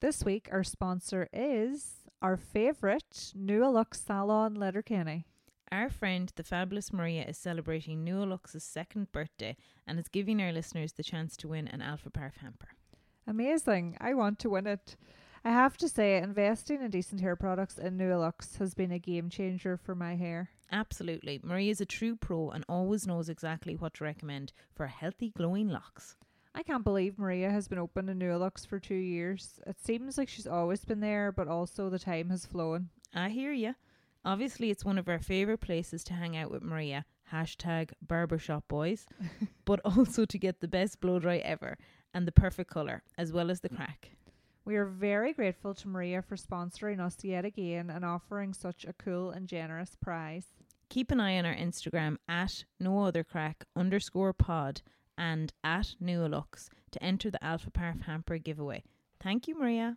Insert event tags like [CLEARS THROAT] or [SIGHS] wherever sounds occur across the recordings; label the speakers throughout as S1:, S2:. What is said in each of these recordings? S1: This week, our sponsor is our favourite New Look Salon Letterkenny.
S2: Our friend, the fabulous Maria, is celebrating New Lux's second birthday and is giving our listeners the chance to win an Alpha Parf hamper.
S1: Amazing. I want to win it. I have to say, investing in decent hair products in New Lux has been a game changer for my hair.
S2: Absolutely. Maria is a true pro and always knows exactly what to recommend for healthy, glowing locks.
S1: I can't believe Maria has been open to New Lux for two years. It seems like she's always been there, but also the time has flown.
S2: I hear ya. Obviously, it's one of our favourite places to hang out with Maria, hashtag barbershop boys, but also to get the best blow dry ever and the perfect colour, as well as the crack.
S1: We are very grateful to Maria for sponsoring us yet again and offering such a cool and generous prize.
S2: Keep an eye on our Instagram at noothercrack underscore pod and at Neolux to enter the Alpha Parf hamper giveaway. Thank you, Maria.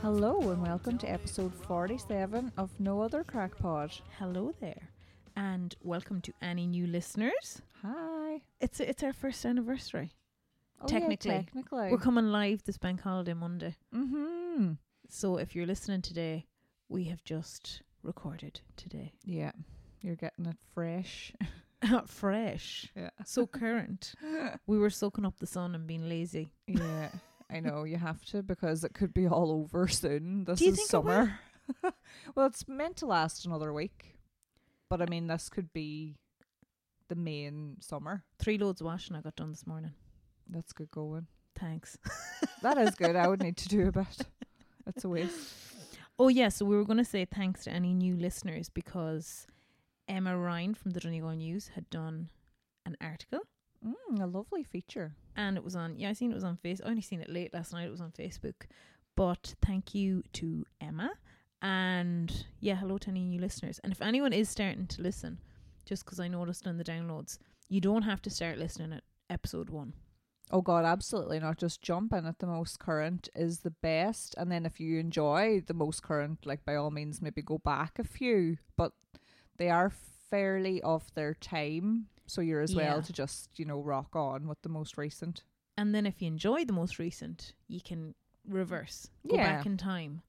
S1: Hello and welcome to episode 47 of No Other Crack Pod.
S2: Hello there, and welcome to any new listeners.
S1: Hi.
S2: It's it's our first anniversary.
S1: Oh, yeah,
S2: Technically.
S1: technically.
S2: We're coming live this bank holiday Monday,
S1: mm-hmm.
S2: so if you're listening today, we have just recorded today, [LAUGHS]
S1: Yeah. You're getting it fresh. [LAUGHS]
S2: fresh,
S1: Yeah.
S2: so current. we were soaking up the sun and being lazy.
S1: Yeah. I know you have to because it could be all over soon. This
S2: you
S1: is
S2: think it will?
S1: summer. [LAUGHS] well, it's meant to last another week. But I mean this could be the main summer.
S2: Three loads of washing I got done this morning.
S1: That's good going.
S2: Thanks.
S1: That is good.
S2: [LAUGHS]
S1: I would need to do a bit. It's a waste. [LAUGHS]
S2: Oh yeah, so we were going to say thanks to any new listeners because Emma Ryan from the Donegal News had done an article
S1: Mm, a lovely feature.
S2: and it was on yeah I seen it was on face I only seen it late last night it was on Facebook but thank you to Emma and yeah hello to any new listeners and if anyone is starting to listen just 'cause I noticed in the downloads you don't have to start listening at episode one
S1: Oh god, absolutely not. Just jump in at the most current is the best. And then if you enjoy the most current, like by all means maybe go back a few. But they are fairly of their time. So you're as
S2: Yeah.
S1: well to just, you know, rock on with the most recent.
S2: and then if you enjoy the most recent you can reverse go
S1: Yeah.
S2: back in time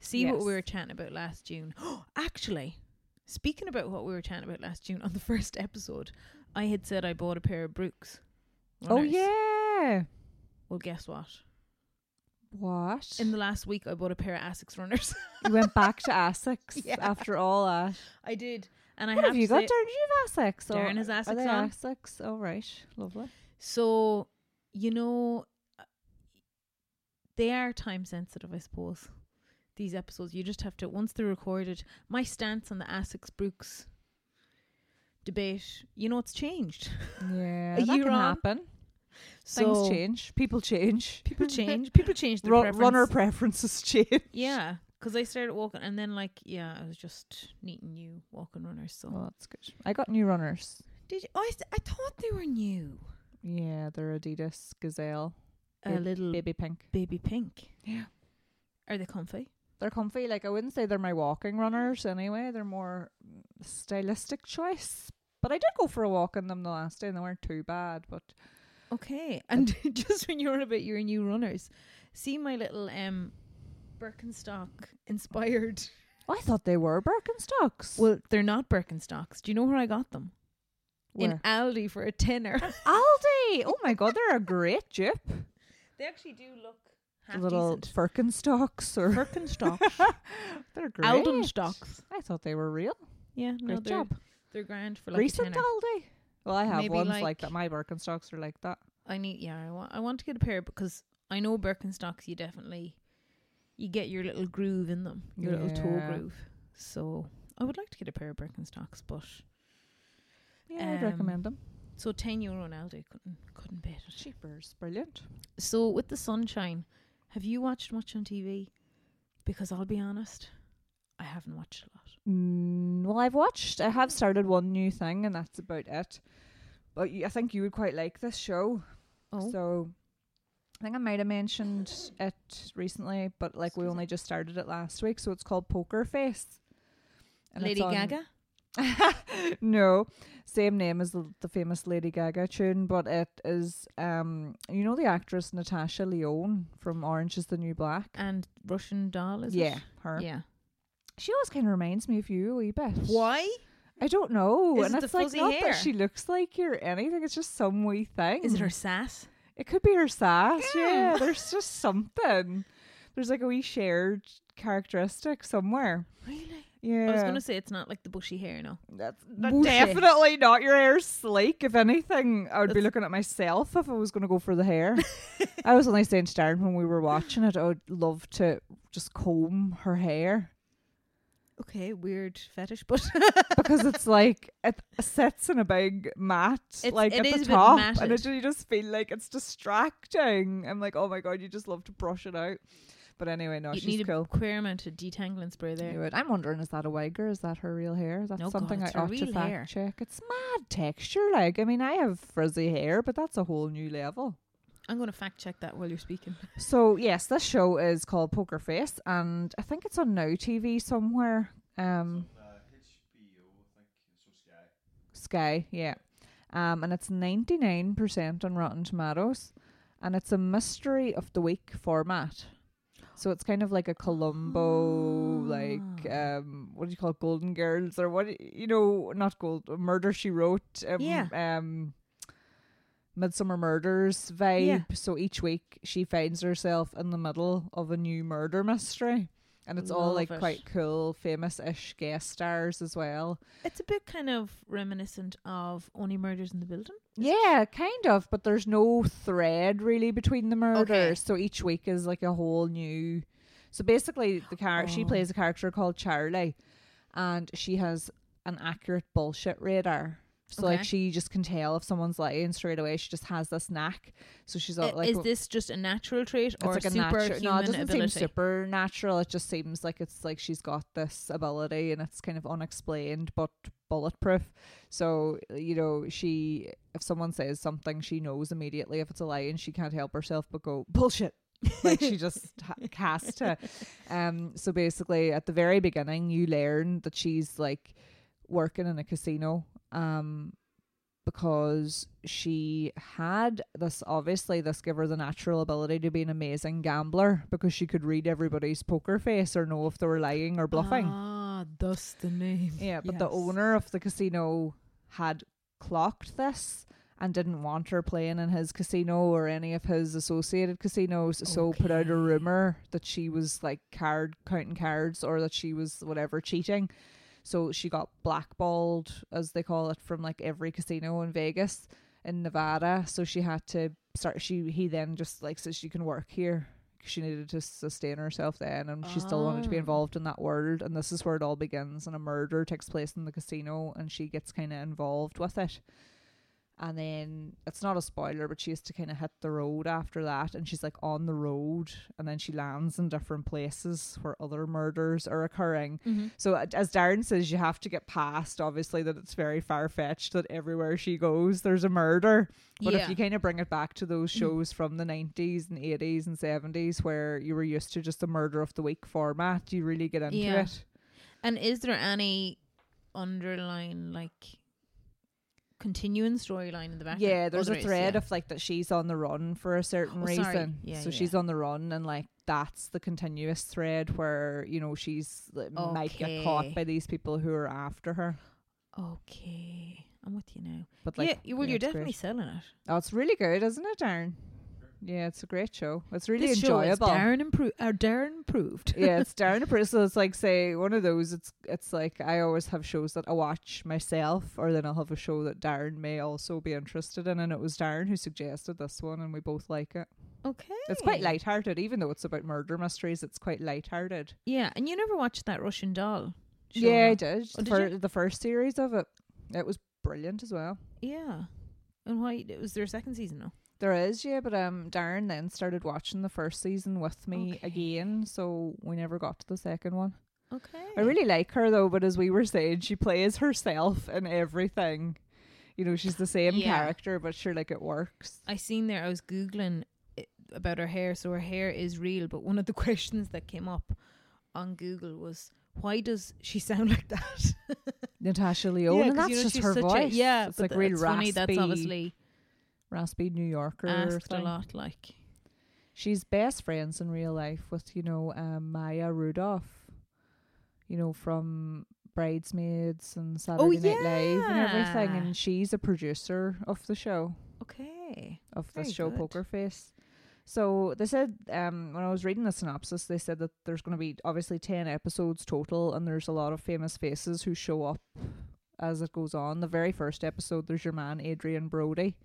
S2: see what we
S1: Yes.
S2: were chatting about last June [GASPS] actually speaking about what we were chatting about last June on the [LAUGHS] first episode I had said I bought a pair of Brooks
S1: Oh
S2: runners.
S1: yeah.
S2: well guess what
S1: What?
S2: In the last week, I bought a pair of Asics runners.
S1: you went back to Asics
S2: Yeah.
S1: after all that.
S2: [LAUGHS] I did, and I
S1: What
S2: have,
S1: have you
S2: to
S1: got, Darren?
S2: say-
S1: Do you have Asics?
S2: Darren has
S1: are they
S2: Asics on.
S1: Asics? Oh right. Lovely.
S2: So you know, uh, they are time sensitive, I suppose. These episodes, you just have to once they're recorded. My stance on the Asics Brooks debate, you know, it's changed. [LAUGHS]
S1: Yeah.
S2: A
S1: that
S2: year
S1: can
S2: on.
S1: happen. Things change. People change. [LAUGHS]
S2: People change. People change their
S1: Ru-
S2: preference.
S1: runner preferences [LAUGHS] change.
S2: yeah. Because I started walking, and then like, yeah, I was just needing new walking runners. So
S1: Well, Oh, that's good. I got new runners.
S2: did you, oh, I, s- I thought they were new.
S1: Yeah, they're Adidas Gazelle,
S2: A little
S1: baby pink.
S2: baby pink.
S1: Yeah.
S2: Are they comfy?
S1: They're comfy. Like I wouldn't say they're my walking runners anyway. They're more stylistic choice. But I did go for a walk in them the last day, and they weren't too bad. But
S2: Okay. [LAUGHS] And just when you're on about your new runners, see my little um Birkenstock
S1: [LAUGHS]
S2: inspired.
S1: oh, I thought they were Birkenstocks.
S2: Well, they're not Birkenstocks. Do you know where I got them? In
S1: Where?
S2: Aldi for a tenner. [LAUGHS]
S1: Aldi. Oh my God, they're a great dupe.
S2: they actually do look Ah,
S1: Little Birkenstocks or [LAUGHS]
S2: Birkenstocks.
S1: they're great.
S2: Aldenstocks.
S1: I thought they were real.
S2: Yeah, no,
S1: Great
S2: they're,
S1: job.
S2: they're grand for like a
S1: Recent
S2: tenner.
S1: Aldi. Well, I have
S2: Maybe
S1: ones like,
S2: like-
S1: that. My Birkenstocks are like that.
S2: I need yeah, I want I want to get a pair because I know Birkenstocks you definitely you get your little groove in them, your little toe
S1: Yeah.
S2: groove. So I would like to get a pair of Birkenstocks, but
S1: Yeah, I'd
S2: Um,
S1: recommend them.
S2: so ten euro now they couldn't couldn't beat it.
S1: Cheapers, brilliant.
S2: So with the sunshine, have you watched much on TV? Because I'll be honest, I haven't watched a lot.
S1: Mm, well, I've watched. I have started one new thing, and that's about it. But y- I think you would quite like this show.
S2: Oh,
S1: So, I think I might have mentioned it recently, but like we
S2: Excuse
S1: only just started it last week, so it's called Poker Face. And it's
S2: Lady
S1: on-
S2: Gaga.
S1: no, same name as the, the famous Lady Gaga tune, but it is um you know the actress Natasha Leone from Orange Is the New Black.
S2: and Russian doll is
S1: yeah,
S2: it?
S1: her.
S2: yeah.
S1: She always kind of reminds me of you a wee bit.
S2: Why
S1: I don't know,
S2: Is
S1: and
S2: it the
S1: it's like
S2: fuzzy
S1: not
S2: hair?
S1: that she looks like you or anything. It's just some wee thing.
S2: is it her sass?
S1: It could be her sass. Yeah,
S2: Yeah.
S1: there's just something. There's like a wee shared characteristic somewhere.
S2: Really?
S1: Yeah,
S2: I was gonna say it's not like the bushy hair. No,
S1: That's
S2: Bullshit.
S1: definitely not your hair sleek. If anything, I would be
S2: That's-
S1: looking at myself if I was going to go for the
S2: [LAUGHS]
S1: hair. I was only saying to Darren when we were watching it, I would love to just comb her hair
S2: okay, weird fetish,
S1: [LAUGHS]
S2: but
S1: because
S2: [LAUGHS]
S1: it's like it sits in a big mat,
S2: It's-
S1: like
S2: it
S1: at
S2: is a
S1: the
S2: bit
S1: top, and
S2: matted.
S1: it, you just feel like it's distracting. I'm like, oh my god, you just love to brush it out. But anyway, no,
S2: you
S1: she's
S2: need
S1: cool.
S2: a queer amount of detangling spray there.
S1: Anyway, I'm wondering, is that a wig or is that her real hair? That's
S2: No, God,
S1: something
S2: it's
S1: I
S2: her
S1: ought to
S2: real
S1: fact
S2: hair.
S1: check. It's mad texture, like I mean, I have frizzy hair, but that's a whole new level.
S2: I'm gonna fact check that while you're speaking.
S1: So yes, this show is called Poker Face, and I think it's on Now TV somewhere. Um, Sky, yeah. Um, and it's 99% on Rotten Tomatoes, and it's a mystery of the week format. So it's kind of like a Columbo, like
S2: Ah.
S1: um, what do you call it, Golden Girls, or what you know, not Gold, Murder She Wrote, um,
S2: Yeah.
S1: um, Midsummer Murders vibe. So each week she finds herself in the middle of a new murder mystery, and it's all
S2: Love
S1: like
S2: it.
S1: quite cool, famous-ish guest stars as well.
S2: It's a bit kind of reminiscent of Only Murders in the Building.
S1: Yeah, kind of, but there's no thread really between the murders. So each week is like a whole new. So basically, the car she
S2: Oh.
S1: plays a character called Charlie, and she has an accurate bullshit radar. So like
S2: Okay.
S1: she just can tell if someone's lying straight away. She just has this knack. So she's all
S2: I-
S1: like,
S2: is
S1: w-
S2: this just a natural trait or
S1: it's like a
S2: superhuman
S1: natural. No, it doesn't
S2: ability?
S1: seem supernatural. It just seems like it's like she's got this ability and it's kind of unexplained but bulletproof. So you know, she if someone says something, she knows immediately if it's a lie, and she can't help herself but go bullshit. [LAUGHS] like she just ha- has to. Um. So basically, at the very beginning, you learn that she's like working in a casino. Um because she had this obviously this gave her the natural ability to be an amazing gambler because she could read everybody's poker face or know if they were lying or bluffing.
S2: Ah, thus the name.
S1: yeah, but the
S2: yes.
S1: owner of the casino had clocked this and didn't want her playing in his casino or any of his associated casinos, so put out
S2: Okay.
S1: a rumor that she was like card counting cards or that she was whatever cheating. So she got blackballed, as they call it, from like every casino in Vegas in Nevada. So she had to start. She he then just like says she can work here. She needed to sustain herself then, and she still wanted to be
S2: Ah.
S1: involved in that world. And this is where it all begins. And a murder takes place in the casino, and she gets kind of involved with it. And then it's not a spoiler, but she has to kind of hit the road after that. And she's like on the road, and then she lands in different places where other murders are occurring.
S2: Mhm.
S1: So uh, as Darren says, you have to get past obviously that it's very far fetched that everywhere she goes there's a murder. But
S2: yeah. Mm.
S1: if you kind of bring it back to those shows from the nineties and eighties and seventies where you were used to just a murder of the week format, you really get into
S2: Yeah.
S1: it.
S2: and is there any underlying like continuing storyline in the background?
S1: Yeah, there's
S2: Oh,
S1: a
S2: there is,
S1: thread
S2: yeah.
S1: of like that she's on the run for a certain
S2: Oh, sorry.
S1: reason.
S2: Yeah,
S1: so
S2: yeah.
S1: she's on the run and like that's the continuous thread where, you know, she's like, might get caught
S2: Okay.
S1: by these people who are after her.
S2: Okay, I'm with you now.
S1: But like
S2: yeah, you, well, you're
S1: it's great.
S2: definitely selling it.
S1: Oh, it's really good, isn't it, Darren? Yeah, it's a great show. It's really
S2: this
S1: enjoyable.
S2: show is Darren improved. Uh, Darren
S1: [LAUGHS]
S2: improved.
S1: yeah, it's Darren approved. So it's like say one of those. It's it's like I always have shows that I watch myself, or then I'll have a show that Darren may also be interested in. And it was Darren who suggested this one, and we both like it.
S2: okay,
S1: It's quite lighthearted, even though it's about murder mysteries. It's quite lighthearted.
S2: Yeah, and you never watched that Russian doll. show,
S1: yeah, I
S2: no?
S1: did.
S2: Oh, did
S1: for
S2: you?
S1: the first series of it, it was brilliant as well.
S2: Yeah, and why was there a second season now?
S1: There is, yeah, but um, Darren then started watching the first season with me
S2: Okay.
S1: again, so we never got to the second one.
S2: Okay,
S1: I really like her though, but as we were saying, she plays herself in everything. You know, she's the same
S2: Yeah.
S1: character, but sure, like it works.
S2: I seen there. I was googling. It, about her hair. So her hair is real. But one of the [LAUGHS] questions that came up on Google was, why does she sound [LAUGHS] like that?
S1: Natasha Leone, and
S2: 'cause
S1: that's
S2: you know,
S1: just
S2: she's
S1: her
S2: such a-
S1: voice.
S2: yeah,
S1: it's
S2: but
S1: like
S2: th-
S1: real
S2: it's
S1: raspy,
S2: funny. That's obviously
S1: raspy New Yorker.
S2: asked
S1: thing.
S2: a lot. Like,
S1: She's best friends in real life with you know um, Maya Rudolph, you know from Bridesmaids and Saturday Night Live and everything,
S2: Oh, yeah.
S1: and she's a producer of the show.
S2: okay,
S1: of this
S2: Very
S1: show
S2: good.
S1: Poker Face. So they said um, when I was reading the synopsis, they said that there's going to be obviously ten episodes total, and there's a lot of famous faces who show up as it goes on. The very first episode, there's your man Adrian Brody,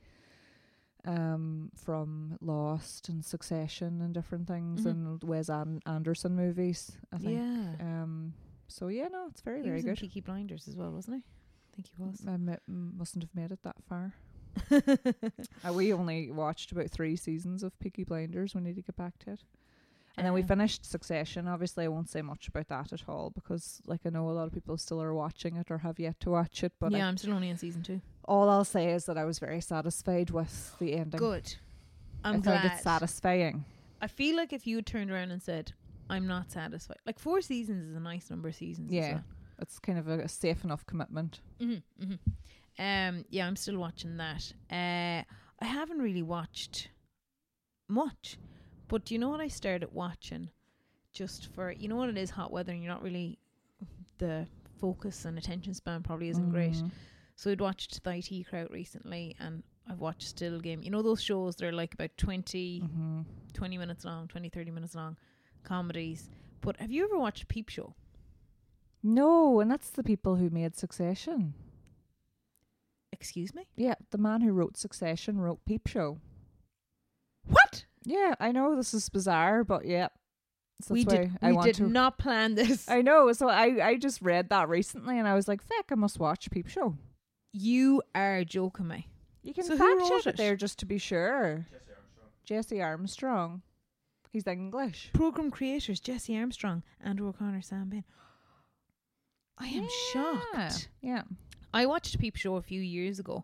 S1: um, from Lost and Succession and different things,
S2: Mhm.
S1: and Wes An- Anderson movies. I think.
S2: yeah.
S1: Um. So yeah, no, it's very
S2: he
S1: very
S2: was in
S1: good. Uh,
S2: Peaky Blinders as well, wasn't he? I think he was.
S1: I m- mustn't have made it that
S2: [LAUGHS]
S1: far. Uh, we only watched about three seasons of Peaky Blinders. We need to get back to it. And then we
S2: Um,
S1: finished Succession. Obviously, I won't say much about that at all because, like, I know a lot of people still are watching it or have yet to watch it. But I-
S2: yeah, I'm still only in season two.
S1: all I'll say is that I was very satisfied with the ending.
S2: Good. I'm
S1: I
S2: glad.
S1: found it satisfying.
S2: I feel like if you had turned around and said, "I'm not satisfied," like four seasons is a nice number of seasons. as
S1: Yeah. It's kind of a, a safe enough commitment.
S2: Mhm, mhm. Um, yeah, I'm still watching that. Uh, I haven't really watched much, but do you know what I started watching? Just for you know what it is, hot weather, and you're not really the focus and attention span probably isn't great.
S1: Mhm.
S2: So I'd watched The IT Crowd recently, and I've watched Still Game. You know those shows that are like about 20,
S1: Mhm.
S2: 20 minutes long, 20, 30 minutes long, comedies. But have you ever watched Peep Show?
S1: No, and that's the people who made Succession.
S2: Excuse me.
S1: Yeah, the man who wrote Succession wrote Peep Show.
S2: What?
S1: Yeah, I know this is bizarre, but yeah. So
S2: we
S1: that's why
S2: did.
S1: I
S2: we
S1: want
S2: did
S1: to
S2: not plan this.
S1: I know. So I, I just read that recently and I was like, feck, I must watch Peep Show.
S2: You are joking me.
S1: You can
S2: So who
S1: fact
S2: wrote
S1: check it
S2: it?
S1: there just to be sure. Jesse Armstrong. Jesse Armstrong. He's English.
S2: Program creators Jesse Armstrong, Andrew O'Connor, Sam Bain. I am
S1: Yeah.
S2: shocked.
S1: Yeah.
S2: I watched Peep Show a few years ago,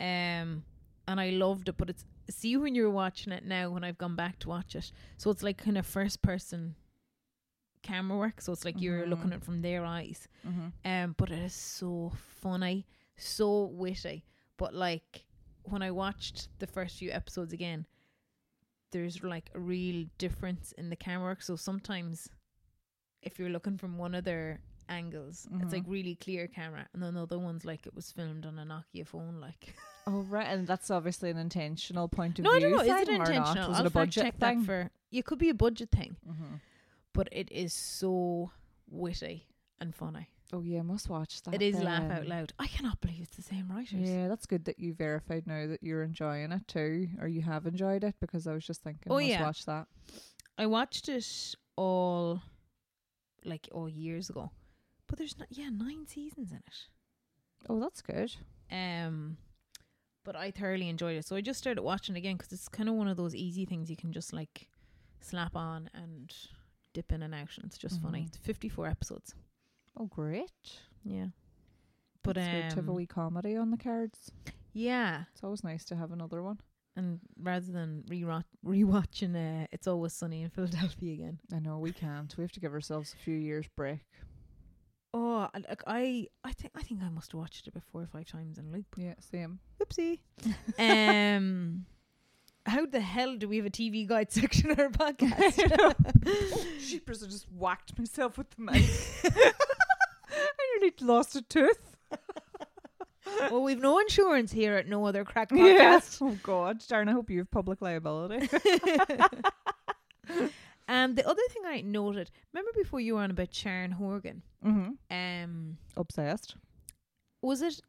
S2: um, and I loved it. But it's see when you're watching it now. When I've gone back to watch it, so it's like kind of first person camera work. So it's like you're
S1: Mhm.
S2: looking at it from their eyes.
S1: Mm-hmm.
S2: Um, but it is so funny, so witty. But like when I watched the first few episodes again, there's like a real difference in the camera work. So sometimes, if you're looking from one of their angles, it's like
S1: Mhm.
S2: really clear camera, and then the other one's like it was filmed on a Nokia phone.
S1: [LAUGHS]
S2: Like,
S1: Oh, right. And that's obviously an intentional point of
S2: no, I
S1: view.
S2: don't know. Is it
S1: thing or not?
S2: intentional?
S1: Was
S2: I'll
S1: it a
S2: fact
S1: budget
S2: check
S1: thing?
S2: that for. It could be a budget thing,
S1: mm-hmm.
S2: but it is so witty and funny.
S1: Oh, yeah. Must watch that.
S2: it is laugh
S1: then.
S2: out loud. I cannot believe it's the same writers.
S1: Yeah, that's good that you verified now that you're enjoying it too, or you have enjoyed it because I was just thinking,
S2: Oh,
S1: must
S2: yeah.
S1: watch that.
S2: I watched it all like all years ago. But there's not yeah, nine seasons in it.
S1: Oh, that's good.
S2: Um but I thoroughly enjoyed it. So I just started watching again 'cause it's kind of one of those easy things you can just like slap on and dip in and out and it's just funny.
S1: Mhm.
S2: It's 54 episodes.
S1: Oh, great.
S2: Yeah. But
S1: That's good to have a
S2: um,
S1: wee comedy on the cards.
S2: yeah,
S1: It's always nice to have another one.
S2: and rather than rewatch rewatching uh, it's always sunny in Philadelphia again.
S1: I know we can't. We have to give ourselves a few years break.
S2: Oh, I- like I, I think I think I must have watched it about four or five times in a loop.
S1: Yeah, same. [LAUGHS]
S2: Oopsie. um, [LAUGHS] how the hell do we have a TV guide [LAUGHS] section on our [LAUGHS] podcast?
S1: Jeepers, I Oh, just whacked myself with the mic. [LAUGHS] I nearly lost a tooth. [LAUGHS]
S2: well, we've no insurance here at No Other Crack
S1: Yeah.
S2: Podcast.
S1: Oh God, darn! I hope you have public liability.
S2: [LAUGHS] um, the other thing I noted, remember before you were on about Sharon Horgan,
S1: [LAUGHS] mm-hmm.
S2: um,
S1: Obsessed.
S2: was it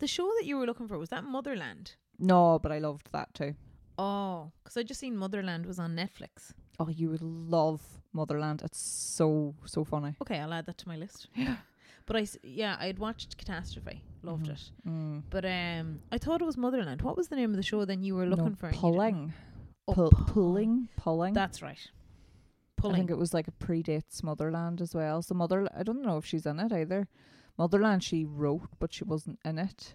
S2: the show that you were looking for? Was that Motherland?
S1: No, but I loved that too.
S2: Oh, 'cause I just seen Motherland was on Netflix.
S1: Oh, you would love Motherland. It's so so funny.
S2: Okay, I'll add that to my [GASPS] list. But I, s- yeah, I had watched Catastrophe, loved
S1: Mhm.
S2: it.
S1: Mm.
S2: But um, I thought it was Motherland. What was the name of the show then you were looking
S1: No,
S2: for? and you didn't-
S1: pulling,
S2: Oh,
S1: Pull-
S2: Pull.
S1: pulling, pulling.
S2: That's right.
S1: I think
S2: Pulling.
S1: it was like it predates Motherland as well. So Mother, I don't know if she's in it either. Motherland she wrote, but she wasn't in it.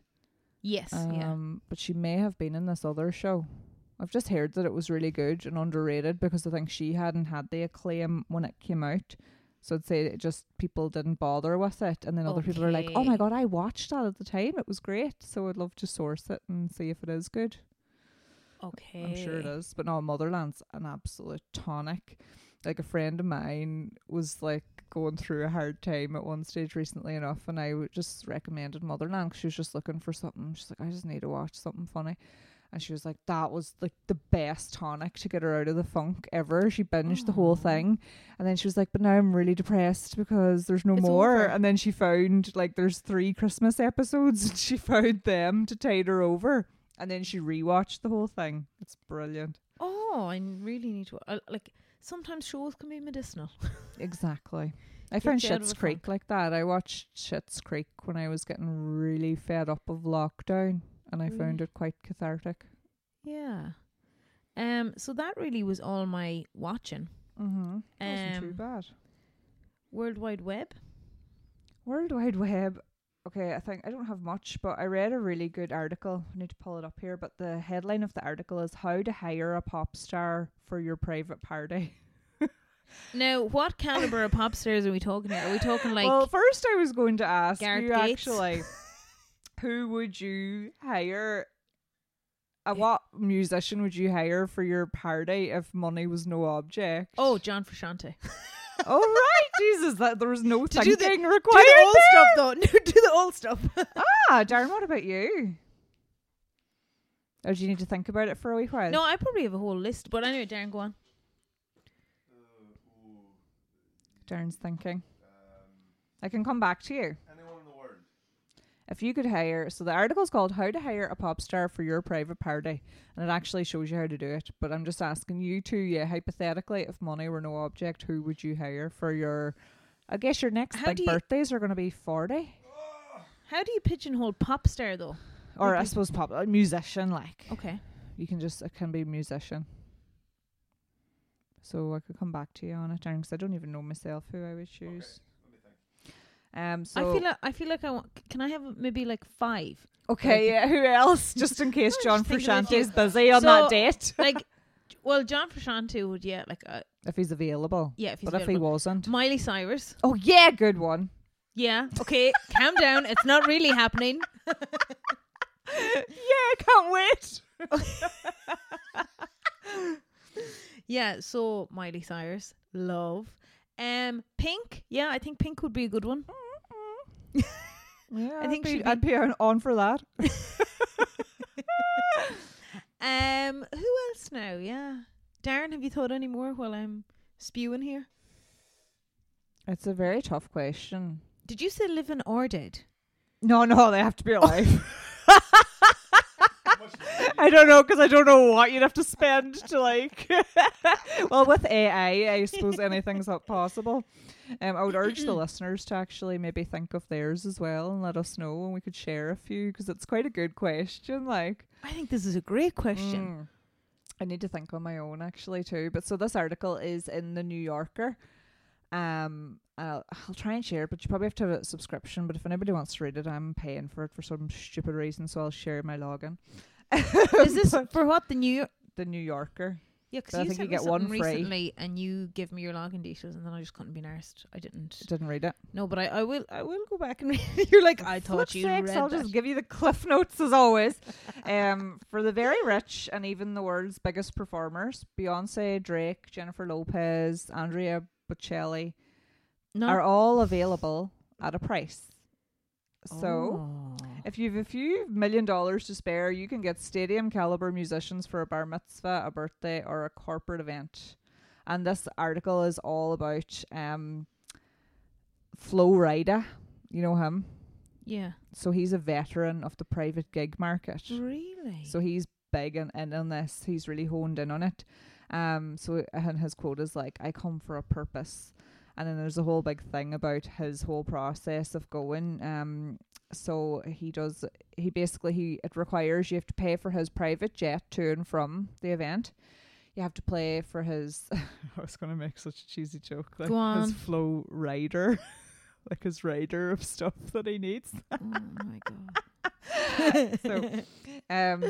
S2: yes. yeah.
S1: Um, but she may have been in this other show. I've just heard that it was really good and underrated because I think she hadn't had the acclaim when it came out. So I'd say it just people didn't bother with it, and then other people are like, "Oh my
S2: Okay.
S1: god, I watched that at the time; it was great." So I'd love to source it and see if it is good.
S2: Okay.
S1: I'm sure it is. But no, Motherland's an absolute tonic. Like a friend of mine was like going through a hard time at one stage recently enough, and I w- just recommended Motherland 'cause she was just looking for something. She's like, I just need to watch something funny. And she was like, that was like the best tonic to get her out of the funk ever. She binged the whole
S2: Aw.
S1: thing. And then she was like, but now I'm really depressed because there's no
S2: It's
S1: more.
S2: over.
S1: And then she found like there's three Christmas episodes [LAUGHS] and she found them to tide her over. And then she rewatched the whole thing. It's brilliant.
S2: Oh, I n- really need to. I, like sometimes shows can be medicinal.
S1: Exactly. I
S2: Gets
S1: found
S2: you out of
S1: Shit's
S2: a
S1: Creek like that. I watched Shit's Creek when I was getting really fed up of lockdown and I found
S2: Really?
S1: it quite cathartic.
S2: Yeah. Um. So that really was all my watching.
S1: Mm-hmm. Wasn't too
S2: Um,
S1: bad.
S2: World Wide Web.
S1: World Wide Web. Okay, I think I don't have much, but I read a really good article. I need to pull it up here, but the headline of the article is How to Hire a Pop Star for Your Private Party.
S2: Now, what caliber of
S1: [LAUGHS]
S2: pop stars are we talking here? [LAUGHS] Are we talking like
S1: well, first I was going to ask
S2: Gareth
S1: you
S2: Gates? [LAUGHS]
S1: actually, who would you hire? Uh, what musician would you hire for your party if money was no object?
S2: [LAUGHS] oh
S1: [LAUGHS]
S2: John Frusciante?
S1: oh right, Jesus! That there was no
S2: To do the-
S1: thinking
S2: Do
S1: required.
S2: the old
S1: there.
S2: stuff though. [LAUGHS] No, do the old stuff.
S1: Ah, Darren, what about you? Or do you need to think about it for a wee while?
S2: no, I probably have a whole list. But anyway, Darren, go on.
S1: Darren's thinking.
S3: Um,
S1: I can come back to you. If you could hire, so the article's called How to Hire a Pop Star for Your Private Party, and it actually shows you how to do it. But I'm just asking you two, yeah, hypothetically, if money were no object, who would you hire for your, I guess your next
S2: How
S1: big
S2: do you-
S1: birthdays are going to be 40?
S2: How do you pigeonhole pop star though?
S1: Or
S2: Would
S1: I
S2: be-
S1: suppose pop, a musician, like.
S2: Okay.
S1: You can just, it can be musician. So I could come back to you on it, Darren, 'cause I don't even know myself who I would choose. Um, so
S2: I feel like I feel like I want. Can I have maybe like five?
S1: Okay, yeah. Who else? [LAUGHS] Just in case
S2: just
S1: John
S2: thinking about
S1: Frusciante is busy on
S2: So-
S1: that date,
S2: like well John Frusciante would yeah like uh,
S1: if he's available.
S2: yeah if he's
S1: But if he
S2: available.
S1: wasn't,
S2: Miley Cyrus
S1: oh yeah, good one. [LAUGHS]
S2: yeah okay calm down it's not
S1: [LAUGHS]
S2: really happening
S1: yeah, can't wait.
S2: yeah so Miley Cyrus love um Pink yeah I think Pink would be a
S1: [LAUGHS]
S2: good one
S1: Yeah,
S2: I
S1: I'd
S2: think
S1: be,
S2: she'd be-
S1: I'd be on- on for that.
S2: um who else now yeah Darren have you thought any more while I'm spewing here
S1: It's a very tough question.
S2: did you say living or dead
S1: No, no, they have to [LAUGHS] be alive. [LAUGHS] I don't know because I don't know what you'd have to spend to like. [LAUGHS] well, with AI, I suppose anything's up possible. Um, I would urge [CLEARS THROAT] the listeners to actually maybe think of theirs as well and let us know, and we could share a few because it's quite a good question. Like,
S2: I think this is a great question
S1: Mm. I need to think on my own actually too. But so this article is in the New Yorker. Um, I'll, I'll try and share it, but you probably have to have a subscription. But if anybody wants to read it, I'm paying for it for some stupid reason, so I'll share my login.
S2: is
S1: Mm.
S2: this
S1: [LAUGHS] But
S2: for what the New York
S1: the New Yorker?
S2: Yeah, 'cause
S1: But I
S2: you
S1: think
S2: sent
S1: you
S2: me
S1: get one
S2: something
S1: free.
S2: recently, and you give me your login details, and then I just couldn't be arsed. I didn't.
S1: Didn't read it.
S2: No, but I, I will. I will go back and [LAUGHS] read. You're like, I
S1: For
S2: thought
S1: flip's
S2: you
S1: sakes,
S2: read
S1: I'll
S2: that.
S1: just give you the cliff notes as always. um, for the very rich and even the world's biggest performers, Beyonce, Drake, Jennifer Lopez, Andrea Bocelli,
S2: no.
S1: are all available at a price. So,
S2: Oh.
S1: if you've a few million dollars to spare, you can get stadium caliber musicians for a bar mitzvah, a birthday, or a corporate event. And this article is all about um, Flo Rida. You know him.
S2: yeah,
S1: So he's a veteran of the private gig market.
S2: really.
S1: [LAUGHS] So he's big and in on this. He's really honed in on it. Um, so and his quote is like, "I come for a purpose," and then there's a whole big thing about his whole process of going. Um, so he does. He basically he it requires you have to pay for his private jet to and from the event. You have to play for his. [LAUGHS] I was gonna make such a cheesy joke, like
S2: Go on.
S1: his flow rider, [LAUGHS] like his rider of stuff that he needs.
S2: oh my god.
S1: so um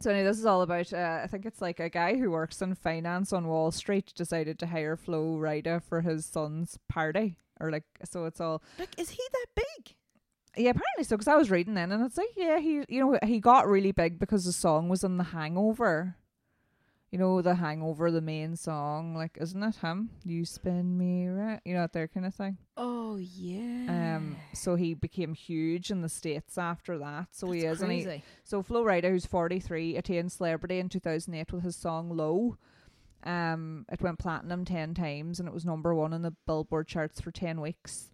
S1: So anyway, this is all about. Uh, I think it's like a guy who works in finance on Wall Street decided to hire Flo Rida for his son's party, or like so. It's all
S2: Like, is he that big?
S1: yeah, apparently so. Because I was reading then, and it's like yeah, he you know he got really big because the song was in The Hangover. You know The Hangover, the main song, like isn't it him? You spin me right, you know that there kind of thing.
S2: Oh yeah.
S1: Um, so he became huge in the states after that. So he is, and he,
S2: crazy.
S1: so Flo Rida, who's 43, attained celebrity in 2008 with his song "Low." Um, it went platinum 10 times and it was number one in the Billboard charts for 10 weeks.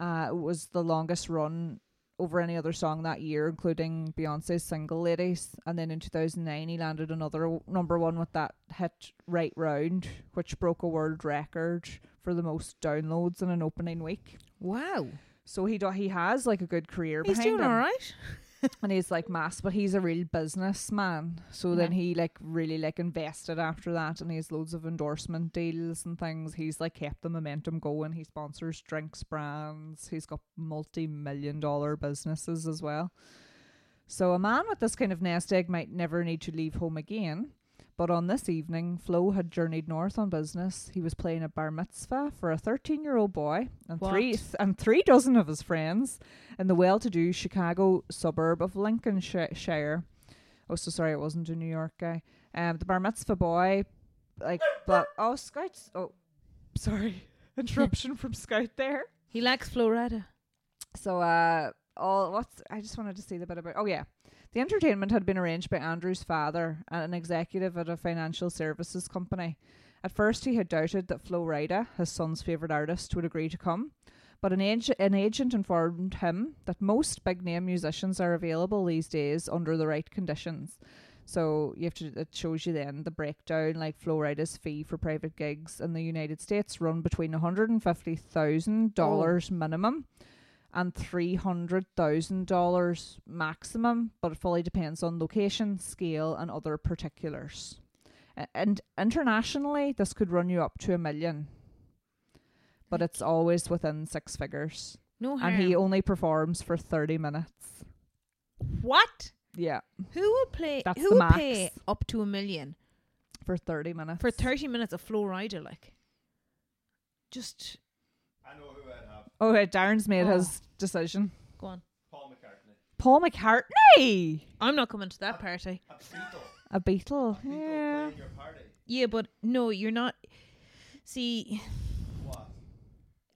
S1: Uh, it was the longest run over any other song that year, including Beyonce's single "Ladies." And then in 2009, he landed another w- number one with that hit "Right Round," which broke a world record for the most downloads in an opening week.
S2: Wow.
S1: So he do- he has like a good career
S2: He's
S1: behind
S2: doing
S1: him
S2: all right.
S1: and he's like mass, but he's a real businessman. So then
S2: Yeah.
S1: he like really like invested after that, and he has loads of endorsement deals and things. He's like kept the momentum going. He sponsors drinks brands. He's got multi-million dollar businesses as well. So a man with this kind of nest egg might never need to leave home again. But on this evening, Flo had journeyed north on business. He was playing a bar mitzvah for a 13-year-old boy and
S2: What?
S1: three and three dozen of his friends in the well-to-do Chicago suburb of Lincolnshire. Oh, so sorry, it wasn't a New York guy. Um, the bar mitzvah boy, like, but oh, Scout. Oh, sorry, [LAUGHS] interruption from Scout there.
S2: He likes Florida.
S1: So, uh, all what's I just wanted to see the bit about. Oh yeah, the entertainment had been arranged by Andrew's father, an executive at a financial services company. At first, he had doubted that Flo Rida, his son's favorite artist, would agree to come. But an, ag- an agent informed him that most big name musicians are available these days under the right conditions. So you have to. It shows you then the breakdown, like Flo Rida's fee for private gigs in the United States run between one hundred and fifty thousand dollars minimum and three hundred thousand dollars maximum, but it fully depends on location, scale, and other particulars. A- And internationally, this could run you up to a million, but it's always within six figures.
S2: No harm.
S1: And he only performs for thirty minutes.
S2: what?
S1: Yeah,
S2: Who will play?
S1: That's
S2: who
S1: the
S2: will
S1: max.
S2: pay up to a million
S1: for thirty minutes.
S2: for thirty minutes of Florida? Like, just
S3: I know who I'd have.
S1: Oh, yeah, Darren's made
S2: Oh.
S1: his decision.
S2: go on.
S3: Paul McCartney.
S1: Paul McCartney,
S2: I'm not coming to that party.
S3: A Beatle.
S1: a Beatle.
S3: Beatle
S1: Yeah.
S3: playing your party.
S2: Yeah, but no, you're not. See,
S3: What?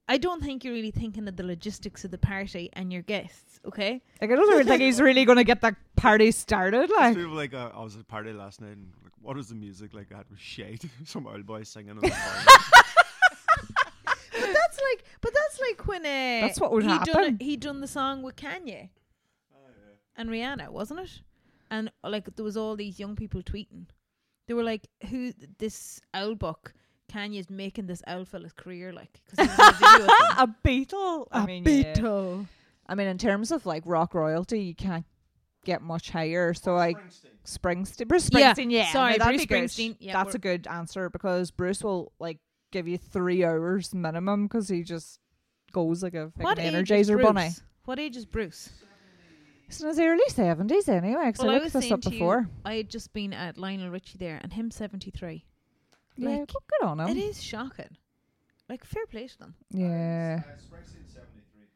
S2: I don't think you're really thinking of the logistics of the party and your guests. Okay.
S1: Like I don't even think he's really going to get that party started. Like
S3: people like uh, I was at a party last night and like, what was the music like? That was shade. [LAUGHS] Some old boy singing. On the phone.
S2: But that's like, but that's like when uh,
S1: That's what would
S2: he Done,
S1: happen.
S2: he done the song with Kanye
S1: Oh,
S2: and Rihanna, wasn't it? And like there was all these young people tweeting. They were like, "Who this owl buck? Kanye's making this owl fella's career like because he was in a video with [LAUGHS] them."
S1: a Beatle. I mean, yeah.
S2: Beatle.
S1: I mean, in terms of like rock royalty, you can't get much higher. So [LAUGHS] like Springsteen,
S3: Springsteen.
S1: Bruce
S2: Yeah,
S1: Springsteen, yeah,
S2: sorry,
S1: that'd
S2: Bruce
S1: be good.
S2: Springsteen, yeah,
S1: That's
S2: we're-
S1: a good answer because Bruce will like give you three hours minimum because he just goes like a
S2: What
S1: fucking
S2: age is
S1: energizer bunny.
S2: Bruce? What age is Bruce?
S1: He's in his early seventies anyway. Because
S2: Well, I
S1: I looked
S2: was
S1: this
S2: saying
S1: up
S2: to you,
S1: before.
S2: I had just been at Lionel Richie there, and him seventy three.
S1: yeah,
S2: like,
S1: good- good on
S2: It
S1: him.
S2: is shocking. Like fair play to them.
S1: Yeah,
S3: Uh, Springsteen seventy three.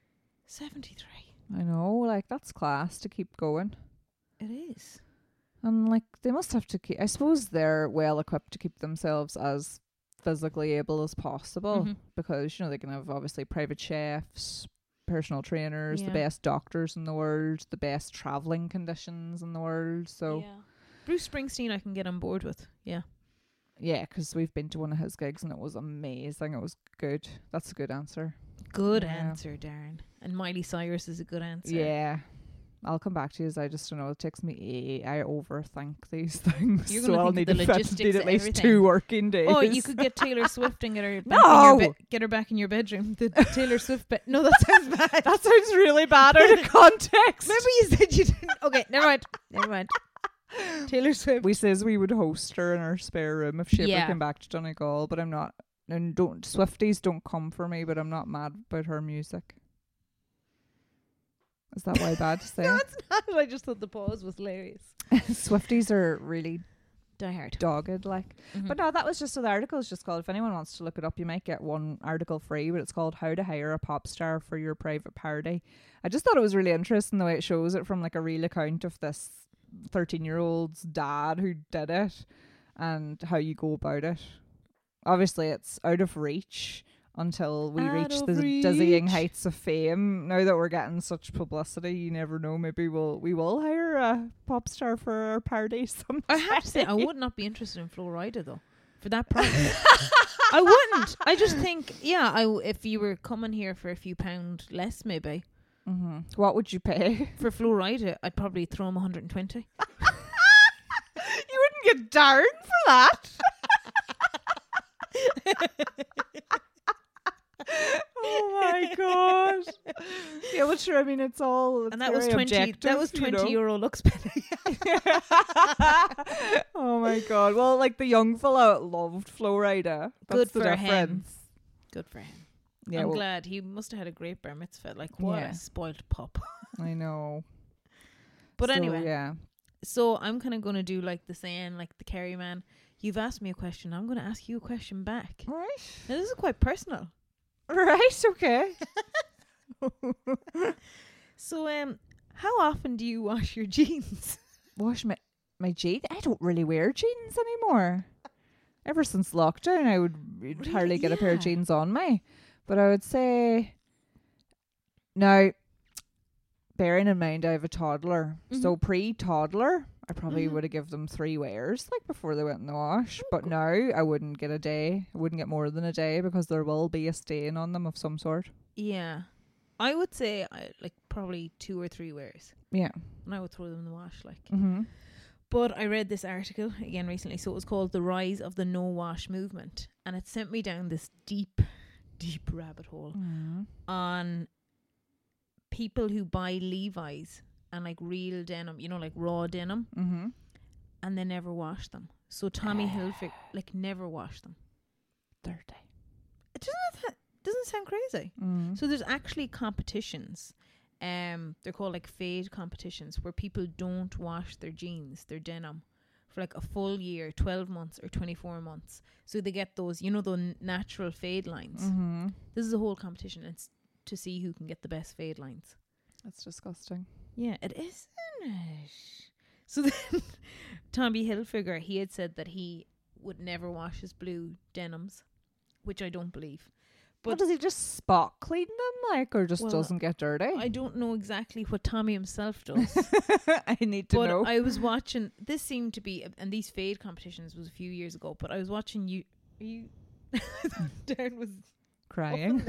S2: Seventy three.
S1: I know. Like that's class to keep going.
S2: It is.
S1: And like they must have to keep. I suppose they're well equipped to keep themselves as physically able as possible
S2: Mhm.
S1: because you know they can have obviously private chefs, personal trainers,
S2: Yeah.
S1: the best doctors in the world, the best traveling conditions in the world. So
S2: yeah. Bruce Springsteen, I can get on board with. Yeah.
S1: yeah, because we've been to one of his gigs and it was amazing. It was good. That's a good answer.
S2: Good
S1: Yeah.
S2: answer, Darren. And Miley Cyrus is a good answer.
S1: Yeah. I'll come back to you. As I just don't know. It takes me. eh, I overthink these [LAUGHS] things,
S2: You're
S1: so
S2: gonna
S1: I'll
S2: think
S1: need,
S2: of the
S1: to fit-
S2: logistics
S1: need
S2: of
S1: at least
S2: everything.
S1: two working days.
S2: Oh, you
S1: [LAUGHS]
S2: could get Taylor Swift and get her back in your
S1: No!
S2: be- get her back in your bedroom. The Taylor Swift bed. No, that
S1: [LAUGHS]
S2: sounds bad.
S1: That sounds really bad [LAUGHS] out of context.
S2: Remember you said you didn't. Okay, never mind. Never mind.
S1: [LAUGHS]
S2: Taylor Swift.
S1: we says we would host her in our spare room if she
S2: Yeah.
S1: ever came back to Donegal, but I'm not. And don't Swifties don't come for me, but I'm not mad about her music. Is that why bad to say? [LAUGHS]
S2: [LAUGHS] no, it's not. I just thought the pause was hilarious.
S1: Swifties are really
S2: Die hard.
S1: dogged, like.
S2: Hmm.
S1: But no, that was just so the article is just called. If anyone wants to look it up, you might get one article free. But it's called "How to Hire a Pop Star for Your Private Party." I just thought it was really interesting the way it shows it from like a real account of this thirteen-year-old's dad who did it and how you go about it. Obviously, it's out of reach until we
S2: Out
S1: reach
S2: of
S1: the dizzying
S2: reach.
S1: heights of fame. Now that we're getting such publicity, you never know. Maybe we'll we will hire a pop star for our party [LAUGHS] sometime.
S2: [LAUGHS] I have to say, I would not be interested in Florida though, for [LAUGHS] that price. I wouldn't. I just think, yeah, I w- if you were coming here for a few pound less, maybe
S1: hmm What would you pay?
S2: for Florida, I'd probably throw him 120.
S1: you wouldn't get Darren for that. oh my god! Yeah, well, sure. I mean, it's all it's
S2: and that was
S1: very
S2: 20. That
S1: objective,
S2: was
S1: you
S2: 20
S1: know.
S2: euro looks better.
S1: [LAUGHS] oh my god! Well, like the young fella loved Florida. That's
S2: Good
S1: the
S2: for him.
S1: difference.
S2: Good for him.
S1: Yeah,
S2: I'm
S1: well,
S2: glad he must have had a great bar mitzvah. Like what
S1: Yeah.
S2: a spoiled pop.
S1: I know.
S2: But
S1: So,
S2: anyway,
S1: yeah.
S2: so I'm kind of going to do like the saying, like the Kerry man. You've asked me a question. I'm going to ask you a question back.
S1: Right.
S2: Now, this is quite personal.
S1: [LAUGHS] Right. Okay.
S2: So, um, how often do you wash your [LAUGHS] jeans?
S1: wash my my jeans. I don't really wear jeans anymore. Ever since lockdown, I would would hardly get a pair of
S2: yeah.
S1: jeans on me. But I would say now, bearing in mind I have a toddler, so
S2: Mm-hmm.
S1: pre-toddler, I probably would have give them three wears like before they went in the wash.
S2: Oh,
S1: But now I wouldn't get a day. I wouldn't get more than a day because there will be a stain on them of some sort.
S2: Yeah, I would say I, like probably two or three wears,
S1: Yeah.
S2: and I would throw them in the wash. Like,
S1: Mm-hmm.
S2: but I read this article again recently, so it was called "The Rise of the No Wash Movement," and it sent me down this deep, deep rabbit hole on people who buy Levi's and like real denim, you know, like raw denim,
S1: Mm-hmm.
S2: and they never wash them. So Tommy Hilfiger like never wash them.
S1: Thirty.
S2: It doesn't that, doesn't sound crazy.
S1: Mm.
S2: So there's actually competitions. Um, they're called like fade competitions where people don't wash their jeans, their denim, for like a full year, twelve months or twenty four months. So they get those, you know, the n- natural fade lines.
S1: Mm-hmm.
S2: This is a whole competition. It's to see who can get the best fade lines.
S1: That's disgusting.
S2: Yeah, it is. Isn't it? So [LAUGHS] then, Tommy Hilfiger, he had said that he would never wash his blue denims, which I don't believe.
S1: But
S2: But-
S1: does he just spot clean them like, or just
S2: Well,
S1: doesn't get dirty?
S2: I
S1: [LAUGHS] I,
S2: don't know exactly what Tommy
S1: [LAUGHS]
S2: himself does.
S1: need to
S2: but
S1: know.
S2: I was watching. This seemed to be, and these fade competitions was a few years ago. But I was watching you. Are you? [LAUGHS] Darren was. [LAUGHS]
S1: Crying.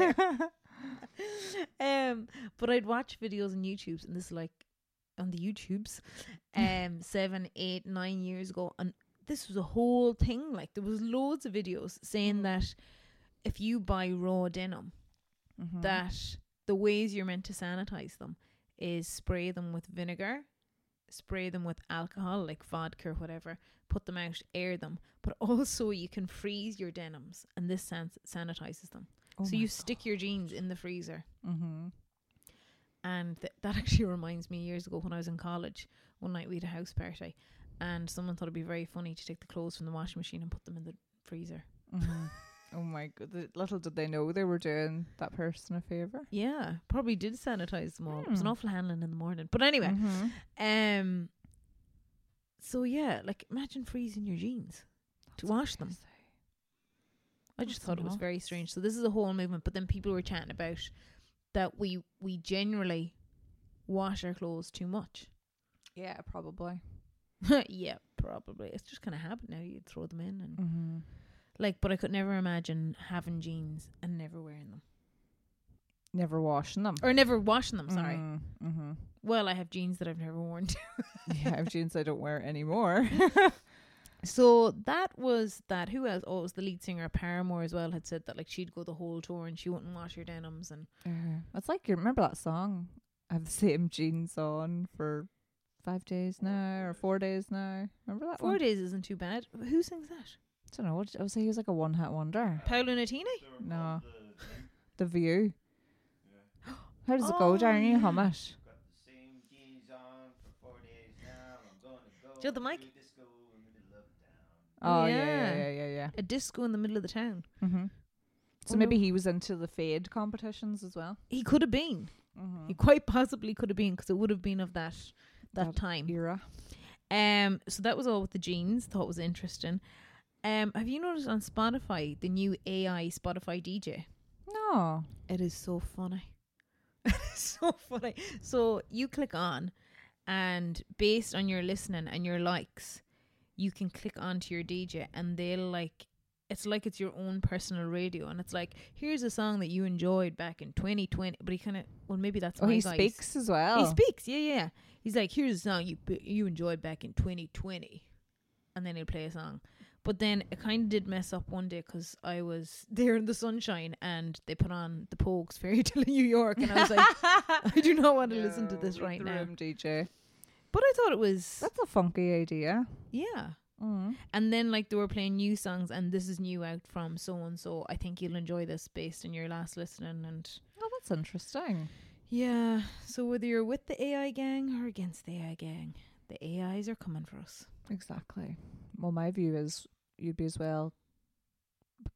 S2: Um, but I'd watch videos on YouTube's, and this is like on the YouTube's, um, seven, eight, nine years ago, and this was a whole thing. Like there was loads of videos saying that if you buy raw denim,
S1: Mhm.
S2: that the ways you're meant to sanitize them is spray them with vinegar, spray them with alcohol like vodka or whatever, put them out, air them, but also you can freeze your denims and this san- sanitizes them.
S1: Oh
S2: so
S1: my
S2: you stick your jeans in the freezer.
S1: Mhm.
S2: And th- that [LAUGHS] actually reminds me years ago when I was in college, one night we had a house party and someone thought it'd be very funny to take the clothes from the washing machine and put them in the freezer.
S1: Mhm. oh my god! The- Little did they know they were doing that person a favor.
S2: Yeah, probably did sanitize them all. It was an
S1: Hmm.
S2: awful handling in the morning. But anyway,
S1: Mhm.
S2: Um. So yeah, like imagine freezing your jeans to wash them. I just
S1: That's
S2: thought it was
S1: nuts.
S2: very strange. So this is a whole movement, but then people were chatting about that we we generally wash our clothes too much.
S1: Yeah, probably.
S2: [LAUGHS] yeah, probably. It's just kind of habit now. You throw them in and
S1: Mm-hmm.
S2: like, but I could never imagine having jeans and never wearing them
S1: Never washing them.
S2: or never washing them. Sorry.
S1: Mm-hmm.
S2: Well, I have jeans that I've never worn.
S1: yeah, I have jeans I don't wear anymore.
S2: [LAUGHS] So that was that. Who else? Oh, it was the lead singer of Paramore as well. Had said that like she'd go the whole tour and she wouldn't wash her denims and
S1: Uh, it's like you remember that song. I have the same jeans on for five days now or four days now. Remember that
S2: four
S1: one?
S2: days isn't too bad. Who sings that?
S1: I don't know. What, I would say he was like a one hat wonder.
S2: Paolo Nutini.
S1: No. The view. How does it go, [GASPS]
S2: Oh,
S1: Darren? You hum
S2: yeah.
S1: it.
S2: Do you know the mic?
S1: Oh yeah, yeah,
S2: Yeah.
S1: yeah, yeah. yeah.
S2: A disco in the middle of the town.
S1: Mm-hmm. So
S2: Oh,
S1: maybe
S2: no.
S1: he was into the fade competitions as well.
S2: He could have been.
S1: Mm-hmm.
S2: He quite possibly could have been because it would have been of that that
S1: That
S2: time.
S1: Era.
S2: Um, so that was all with the jeans. Thought was interesting. Um, have you noticed on Spotify the new AI Spotify DJ?
S1: No.
S2: It is so funny. [LAUGHS] It's so funny. So you click on, and based on your listening and your likes, you can click onto your DJ, and they'll like. It's like it's your own personal radio, and it's like here's a song that you enjoyed back in 2020. But he kind of well, maybe that's
S1: Oh,
S2: my
S1: he
S2: guys.
S1: speaks as well.
S2: He speaks, yeah, yeah. He's like, here's a song you you enjoyed back in 2020, and then he'll play a song. But then it kind of did mess up one day 'cause I was [LAUGHS] there in the sunshine and they put on the Pogues Fairy [LAUGHS] Tale in New York, and I
S1: [LAUGHS]
S2: was like, I do not want to listen to this
S1: No,
S2: right
S1: the
S2: now.
S1: room DJ.
S2: But I thought it was
S1: That's a funky idea.
S2: yeah.
S1: Mm.
S2: And then like they were playing new songs, and this is new out from so and so. I think you'll enjoy this based on your last listening, and
S1: Oh, that's interesting.
S2: yeah. So whether you're with the AI gang or against the AI gang, the AIs are coming for us.
S1: Exactly. Well, my view is you'd be as well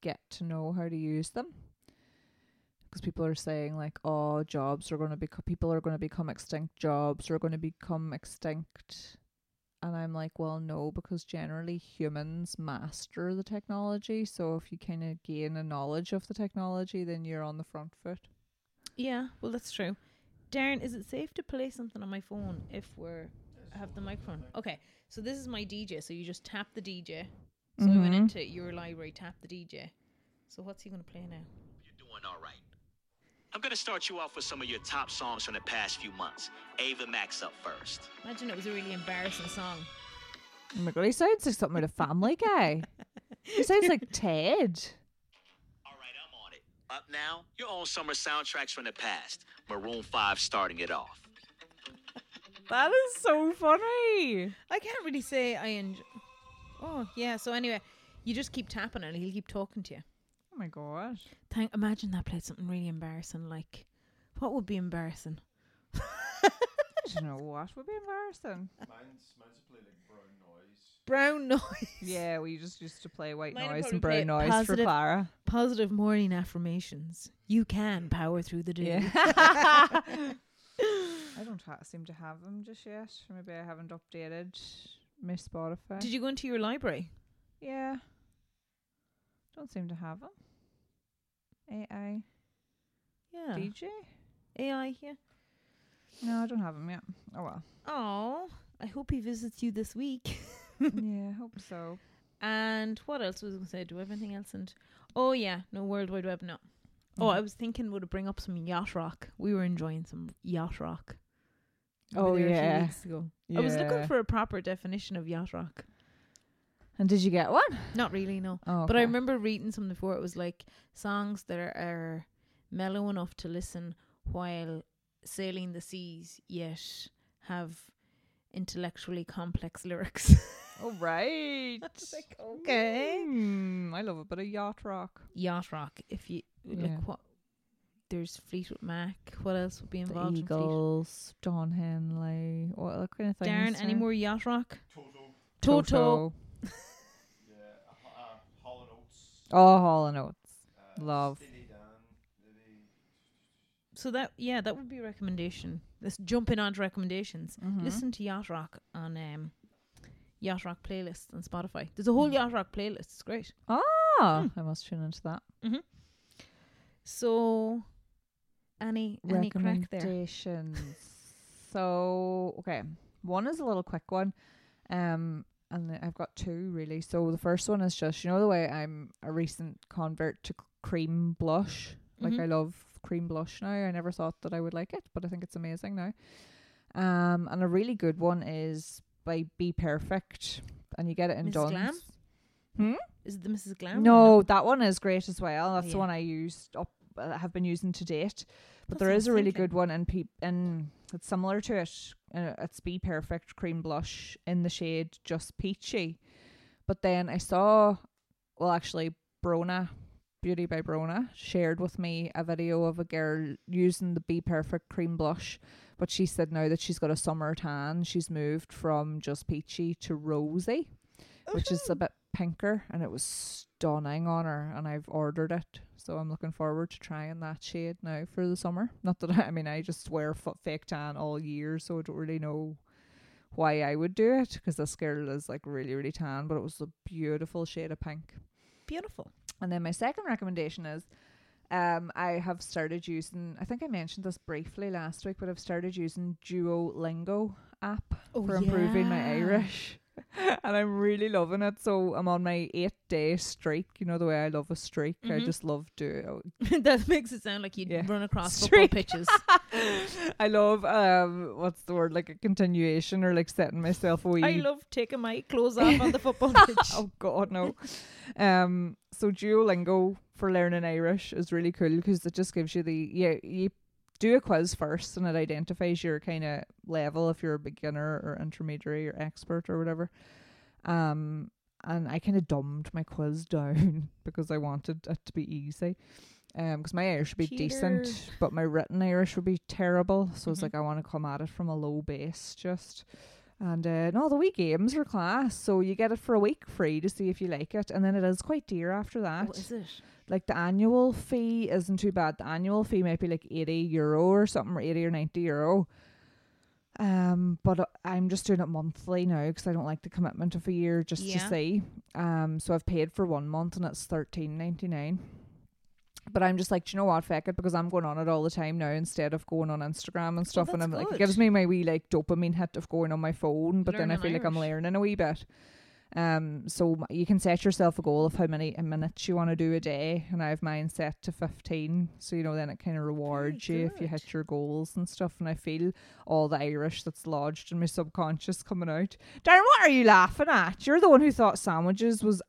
S1: get to know how to use them. 'Cause people are saying like, oh, jobs are going to become people are going to become extinct. Jobs are going to become extinct, and I'm like, well, no, because generally humans master the technology. So if you kind of gain a knowledge of the technology, then you're on the front foot.
S2: Yeah, well, that's true. Darren, is it safe to play something on my phone if we're have the microphone? Okay, so this is my DJ. So you just tap the DJ. So I went
S1: Mhm.
S2: into your library, tap the DJ. So what's he gonna play now?
S4: You're doing all right. I'm gonna start you off with some of your top songs from the past few months. Ava Max up first.
S2: Imagine it was a really embarrassing song.
S1: Oh my god, he sounds like something out of Family Guy. He [LAUGHS] sounds like Ted.
S4: All right, I'm on it. Up now, your own summer soundtracks from the past. Maroon 5 starting it off.
S1: That is so funny.
S2: I can't really say I enjoy. Oh yeah. So anyway, you just keep tapping it, and he'll keep talking to you.
S1: Oh my gosh.
S2: Thank. Imagine that played something really embarrassing. Like, what would be embarrassing?
S1: I don't know what would be embarrassing.
S2: Brown [LAUGHS] noise.
S1: Yeah, we just used to play white
S2: Mine would
S1: noise
S2: probably
S1: and
S2: play
S1: brown noise for
S2: positive-
S1: Clara.
S2: positive morning affirmations. You can power through the day.
S1: I don't ha- seem to have them just yet. Maybe I haven't updated my Spotify.
S2: Did you go into your library?
S1: yeah. Don't seem to have them. AI
S2: Yeah.
S1: DJ?
S2: AI here.
S1: No, I don't have them yet. Oh well. [LAUGHS]
S2: Oh, I hope he visits you this week. [LAUGHS]
S1: yeah, I hope so.
S2: and what else was I going to say? Do I have anything else? And oh yeah, no World Wide Web. No. Oh, I was thinking would it bring up some yacht rock. We were enjoying some yacht rock. We were
S1: Oh,
S2: there a few
S1: yeah.
S2: weeks ago. I was looking
S1: Yeah.
S2: for a proper definition of yacht rock.
S1: And did you get one?
S2: Not really, no.
S1: Oh,
S2: But I
S1: okay.
S2: remember reading something before. It was like songs that are, are mellow enough to listen while sailing the seas, yet have intellectually complex lyrics.
S1: Oh
S2: [LAUGHS]
S1: right.
S2: like, okay.
S1: Mm, I love a bit of yacht rock.
S2: Yacht rock. If you
S1: Yeah.
S2: like, what there's Fleetwood Mac. What else would be involved?
S1: the Eagles, Don Henley, all that kind of thing.
S2: In Fleetwood? Darren, any more yacht rock? Toto.
S1: Toto. [LAUGHS] Oh, Hall and Oates. Uh, Love.
S2: So that yeah, that would be a recommendation. Let's jump in onto recommendations.
S1: Mm-hmm.
S2: Listen to yacht rock on um, yacht rock playlist on Spotify. There's a
S1: Mm.
S2: whole yacht rock playlist. It's great.
S1: Ah, I must tune into that.
S2: So, any any crack there?
S1: Recommendations. [LAUGHS] so okay, one is a little quick one, um, and th- I've got two really. So the first one is just you know the way I'm a recent convert to c- cream blush. Like
S2: Mhm.
S1: I love cream blush now. I never thought that I would like it, but I think it's amazing now. Um, and a really good one is by Be Perfect, and you get it in
S2: Miss Glam?
S1: Don's.
S2: Is it the Mrs. Glam?
S1: No, that one is great as well. That's
S2: yeah.
S1: the one I used up, uh, have been using to date. But
S2: That's what I
S1: there is
S2: was
S1: a really
S2: thinking.
S1: good one, and pe- and it's similar to it. Uh, it's Be Perfect Cream Blush in the shade Just Peachy. But then I saw, well, actually, Brona Beauty by Brona shared with me a video of a girl using the Be Perfect cream blush, but she said now that she's got a summer tan, she's moved from just peachy to rosy, which is a bit pinker, and it was stunning on her. And I've ordered it, so I'm looking forward to trying that shade now for the summer. Not that I, I mean, I just wear f- fake tan all year, so I don't really know why I would do it because this girl is like really, really tan, but it was a beautiful shade of pink.
S2: Beautiful.
S1: And then my second recommendation is um, I have started using, I think I mentioned this briefly last week, but I've started using Duolingo app
S2: Oh,
S1: for improving my
S2: yeah.
S1: [LAUGHS] Irish. and I'm really loving it. So I'm on my eight day streak. You know, the way I love a streak, I
S2: Mhm.
S1: just love do oh,
S2: [LAUGHS] that makes it sound like you'd
S1: Yeah.
S2: run across
S1: Streak.
S2: football
S1: [LAUGHS]
S2: pitches.
S1: I love, um, what's the word, like a continuation or like setting myself a wee
S2: I love taking my clothes off on
S1: [LAUGHS]
S2: the football pitch.
S1: Oh God, no. um, so Duolingo for learning Irish is really cool because it just gives you the yeah you do a quiz first and it identifies your kind of level if you're a beginner or intermediary or expert or whatever. Um, and I kind of dumbed my quiz [LAUGHS] down because I wanted it to be easy. Um, 'cause my Irish would be decent,
S2: Cheater.
S1: but my written Irish would be terrible. So it's
S2: Mhm.
S1: like I want to come at it from a low base, just. And uh, no, the wee games are class. So you get it for a week free to see if you like it, and then it is quite dear after that.
S2: What is it?
S1: Like the annual fee isn't too bad. The annual fee might be like eighty euro or something, or eighty or ninety euro. Um, but uh, I'm just doing it monthly now 'cause I don't like the commitment of a year just
S2: Yeah.
S1: to see. Um, so I've paid for one month and it's thirteen ninety nine. But I'm just like, do you know what, feck it, because I'm going on it all the time now instead of going on Instagram and stuff. and
S2: Oh,
S1: I'm
S2: that's
S1: like, it
S2: good.
S1: gives me my wee like dopamine hit of going on my phone, but then I
S2: Learning
S1: feel like I'm
S2: Irish.
S1: learning a wee bit. Um, so m- you can set yourself a goal of how many minutes you want to do a day, and I have mine set to fifteen. So you know, then it kind of rewards you if you
S2: good.
S1: hit your goals and stuff. And I feel all the Irish that's lodged in my subconscious coming out. Darren, what are you laughing at? You're the one who thought sandwiches was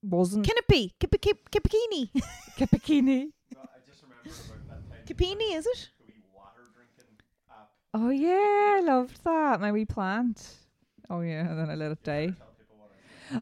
S1: wasn't
S2: Can it be? Kip- kip- Kipikini.
S1: kipikini.
S3: I just remember about that time.
S2: [LAUGHS] Kipini,
S1: [LAUGHS]
S2: is it?
S3: water drinking app.
S1: Oh yeah, I loved that. My wee plant. Oh yeah, and then I let it die.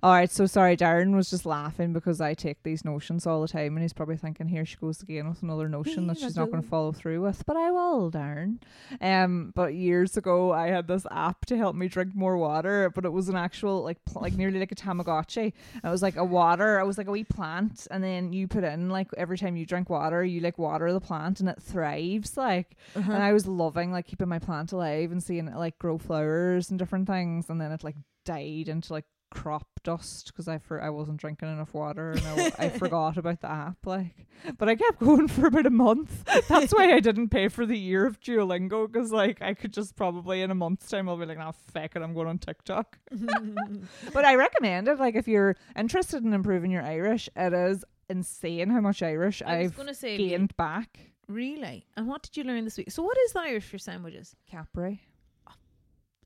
S1: All right, so sorry, Darren was just laughing because I take these notions all the time, and he's probably thinking, "Here she goes again with another notion that
S2: Here I
S1: she's not going
S2: go.
S1: to follow through with." But I will, Darren. Um, but years ago, I had this app to help me drink more water, but it was an actual like pl- like nearly like a Tamagotchi. It was like a water. It was like a wee plant, and then you put in like every time you drink water, you like water the plant, and it thrives like and I was loving like keeping my plant alive and seeing it like grow flowers and different things, and then it like died into like crop dust because I for- I wasn't drinking enough water and I, [LAUGHS] I forgot about the app like, but I kept going [LAUGHS] for about a month. That's why I didn't pay for the year of Duolingo because like I could just probably in a month's time I'll be like, nah, feck it, I'm going on TikTok. but I recommend it. Like if you're interested in improving your Irish, it is insane how much Irish
S2: I was
S1: I've
S2: going to say,
S1: gained back.
S2: really? And what did you learn this week? So what is the Irish for sandwiches?
S1: Capri.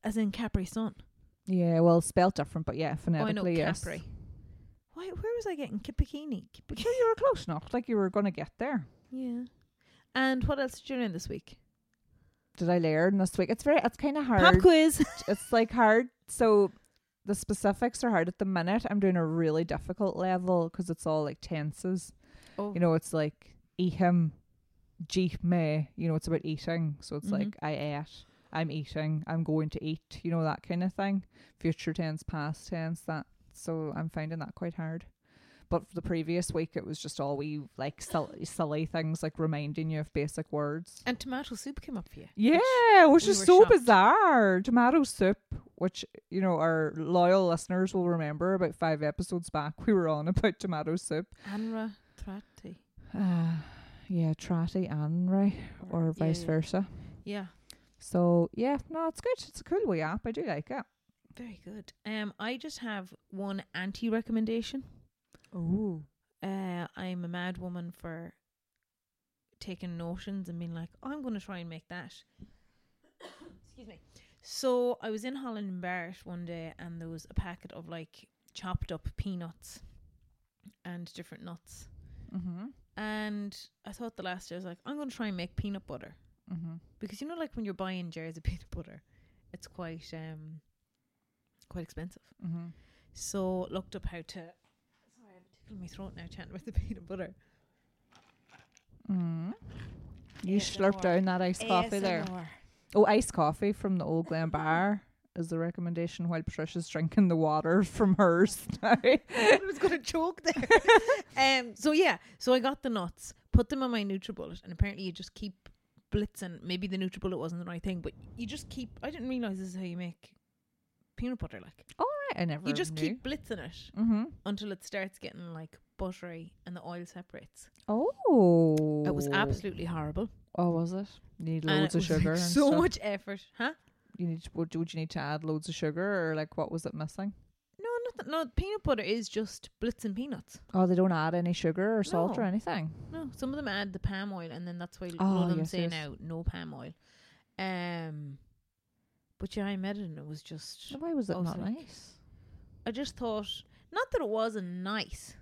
S2: As in Capri Sun.
S1: Yeah, well, spelled different, but yeah,
S2: Oh, I
S1: phonetically,
S2: know,
S1: yes.
S2: Capri. Why, where was I getting Kipikini? Kipikini.
S1: Sure, you were close enough. Like you were going to get there.
S2: Yeah. And what else did you learn this week?
S1: Did I learn this week? It's very, it's kind of hard.
S2: Pop quiz. [LAUGHS]
S1: It's like hard. So the specifics are hard at the minute. I'm doing a really difficult level 'cause it's all like tenses.
S2: Oh.
S1: You know, it's like ehem, jeep me. You know, it's about eating. So it's
S2: Mhm.
S1: like I ate, I'm eating, I'm going to eat. You know that kind of thing. Future tense, past tense. That. So I'm finding that quite hard. But for the previous week, it was just all we like sil- silly things like reminding you of basic words.
S2: And tomato soup came up for you.
S1: Yeah, which,
S2: we
S1: is
S2: were
S1: so
S2: shocked.
S1: bizarre. Tomato soup, which you know our loyal listeners will remember about five episodes back, [LAUGHS] we were on about tomato soup.
S2: Anra Tratti.
S1: Uh, [SIGHS] yeah, Tratty and Ray, or vice
S2: yeah.
S1: versa.
S2: Yeah.
S1: So yeah, no, it's good. It's a cool wee app. I do like it.
S2: Very good. Um, I just have one anti recommendation.
S1: Oh,
S2: Uh, I'm a mad woman for taking notions and being like, I'm going to try and make that. [COUGHS] Excuse me. So I was in Holland and Barrett one day, and there was a packet of like chopped up peanuts and different nuts.
S1: mm-hmm,
S2: And I thought the last year I was like, I'm going to try and make peanut butter
S1: mm-hmm.
S2: because you know, like when you're buying jars of [LAUGHS] peanut butter, it's quite um quite expensive.
S1: Mm-hmm.
S2: So looked up how to. Sorry, I'm tickling my throat now chatting about the [LAUGHS] peanut butter.
S1: Mm. You slurped
S2: ASMR.
S1: down that iced coffee there.
S2: [LAUGHS]
S1: Oh, iced coffee from the old Glen Bar is the recommendation while Patricia's drinking the water [LAUGHS] from hers now.
S2: I was gonna choke
S1: [LAUGHS]
S2: there. um. So yeah. So I got the nuts, put them on my NutriBullet, and apparently you just keep blitzing. Maybe the NutriBullet wasn't the right thing, but you just keep. I didn't realize this is how you make peanut butter. Like
S1: All right, I never
S2: you just keep blitzing it
S1: Mm-hmm.
S2: until it starts getting like buttery and the oil separates.
S1: Oh.
S2: It was absolutely horrible.
S1: Oh, was it? You need
S2: and
S1: loads
S2: it
S1: of
S2: was, like,
S1: sugar. and
S2: [LAUGHS] so
S1: stuff.
S2: much effort, huh?
S1: You need. Would, would you need to add loads of sugar, or like what was it missing?
S2: No, nothing. No, peanut butter is just blitzing peanuts.
S1: Oh, they don't add any sugar or salt or
S2: No.
S1: anything.
S2: No, some of them add the palm oil, and then that's why a
S1: Oh,
S2: lot of them
S1: yes,
S2: say
S1: yes.
S2: now no palm oil. Um, but yeah, I met it, and it was just
S1: So why was it
S2: Oh,
S1: not
S2: sorry.
S1: nice?
S2: I just thought not that it wasn't nice.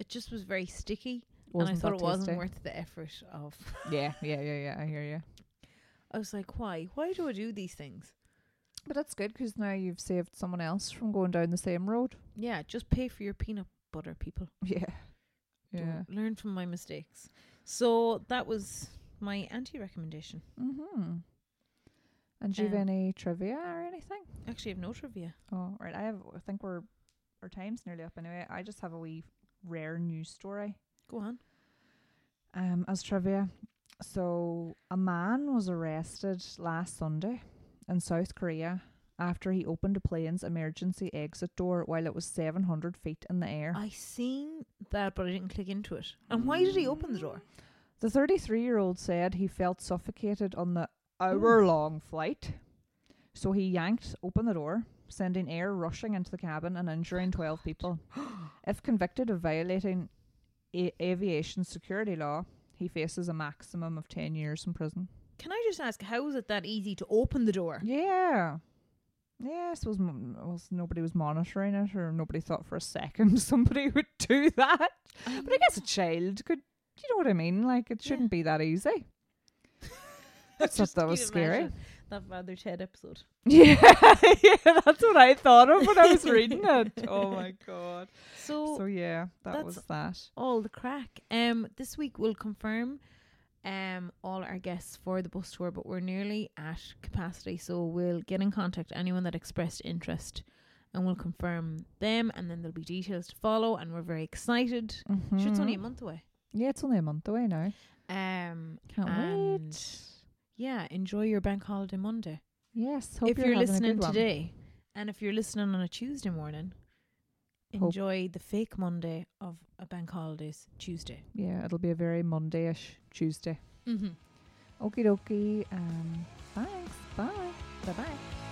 S2: It just was very sticky, and I thought it
S1: that tasty?
S2: wasn't worth the effort of.
S1: Yeah, yeah, yeah, yeah. I hear you.
S2: I was like, why? Why do I do these things?
S1: But that's good 'cause now you've saved someone else from going down the same road.
S2: Yeah, just pay for your peanut butter, people.
S1: [LAUGHS] Yeah.
S2: Don't
S1: Yeah.
S2: learn from my mistakes. So that was my anti-recommendation.
S1: Mm-hmm. And do you have
S2: Um,
S1: any trivia or anything?
S2: Actually, I have no trivia.
S1: Oh, right. I have. I think we're our time's nearly up anyway. I just have a wee rare news story.
S2: Go on.
S1: Um, as trivia, so a man was arrested last Sunday in South Korea after he opened a plane's emergency exit door while it was 700 feet in the air.
S2: I seen that, but I didn't click into it. And why did he open the door?
S1: The 33 year old said he felt suffocated on the hour long flight. So he yanked open the door, sending air rushing into the cabin and injuring 12 people. if convicted of violating a- aviation security law, he faces a maximum of 10 years in prison.
S2: Can I just ask, how is it that easy to open the door?
S1: Yeah. Yes, was mon- was nobody was monitoring it, or nobody thought for a second [LAUGHS] somebody would do that. But I guess a child could. You know what I mean? Like it
S2: Yeah.
S1: shouldn't be that easy.
S2: [LAUGHS]
S1: That's
S2: Just
S1: that
S2: can
S1: was
S2: you
S1: scary.
S2: imagine That Father Ted episode.
S1: [LAUGHS] Yeah, [LAUGHS] yeah, that's what I thought of when I was reading
S2: [LAUGHS]
S1: it. Oh my god!
S2: So,
S1: So yeah, that
S2: that's-
S1: was that.
S2: all the crack. Um, this week we'll confirm um all our guests for the bus tour, but we're nearly at capacity, so we'll get in contact anyone that expressed interest, and we'll confirm them, and then there'll be details to follow, and we're very excited. Sure, it's only a
S1: Mhm.
S2: month away.
S1: yeah, it's only a month away now.
S2: Um,
S1: Can't
S2: and
S1: wait.
S2: yeah, enjoy your bank holiday Monday.
S1: Yes, hope
S2: if you're,
S1: having a good
S2: listening
S1: one.
S2: today, and if you're listening on a Tuesday morning,
S1: Hope-
S2: enjoy the fake Monday of a bank holidays Tuesday.
S1: Yeah, it'll be a very Monday-ish Tuesday.
S2: Mm-hmm.
S1: Okie dokie. Um, thanks. Bye.
S2: Bye bye.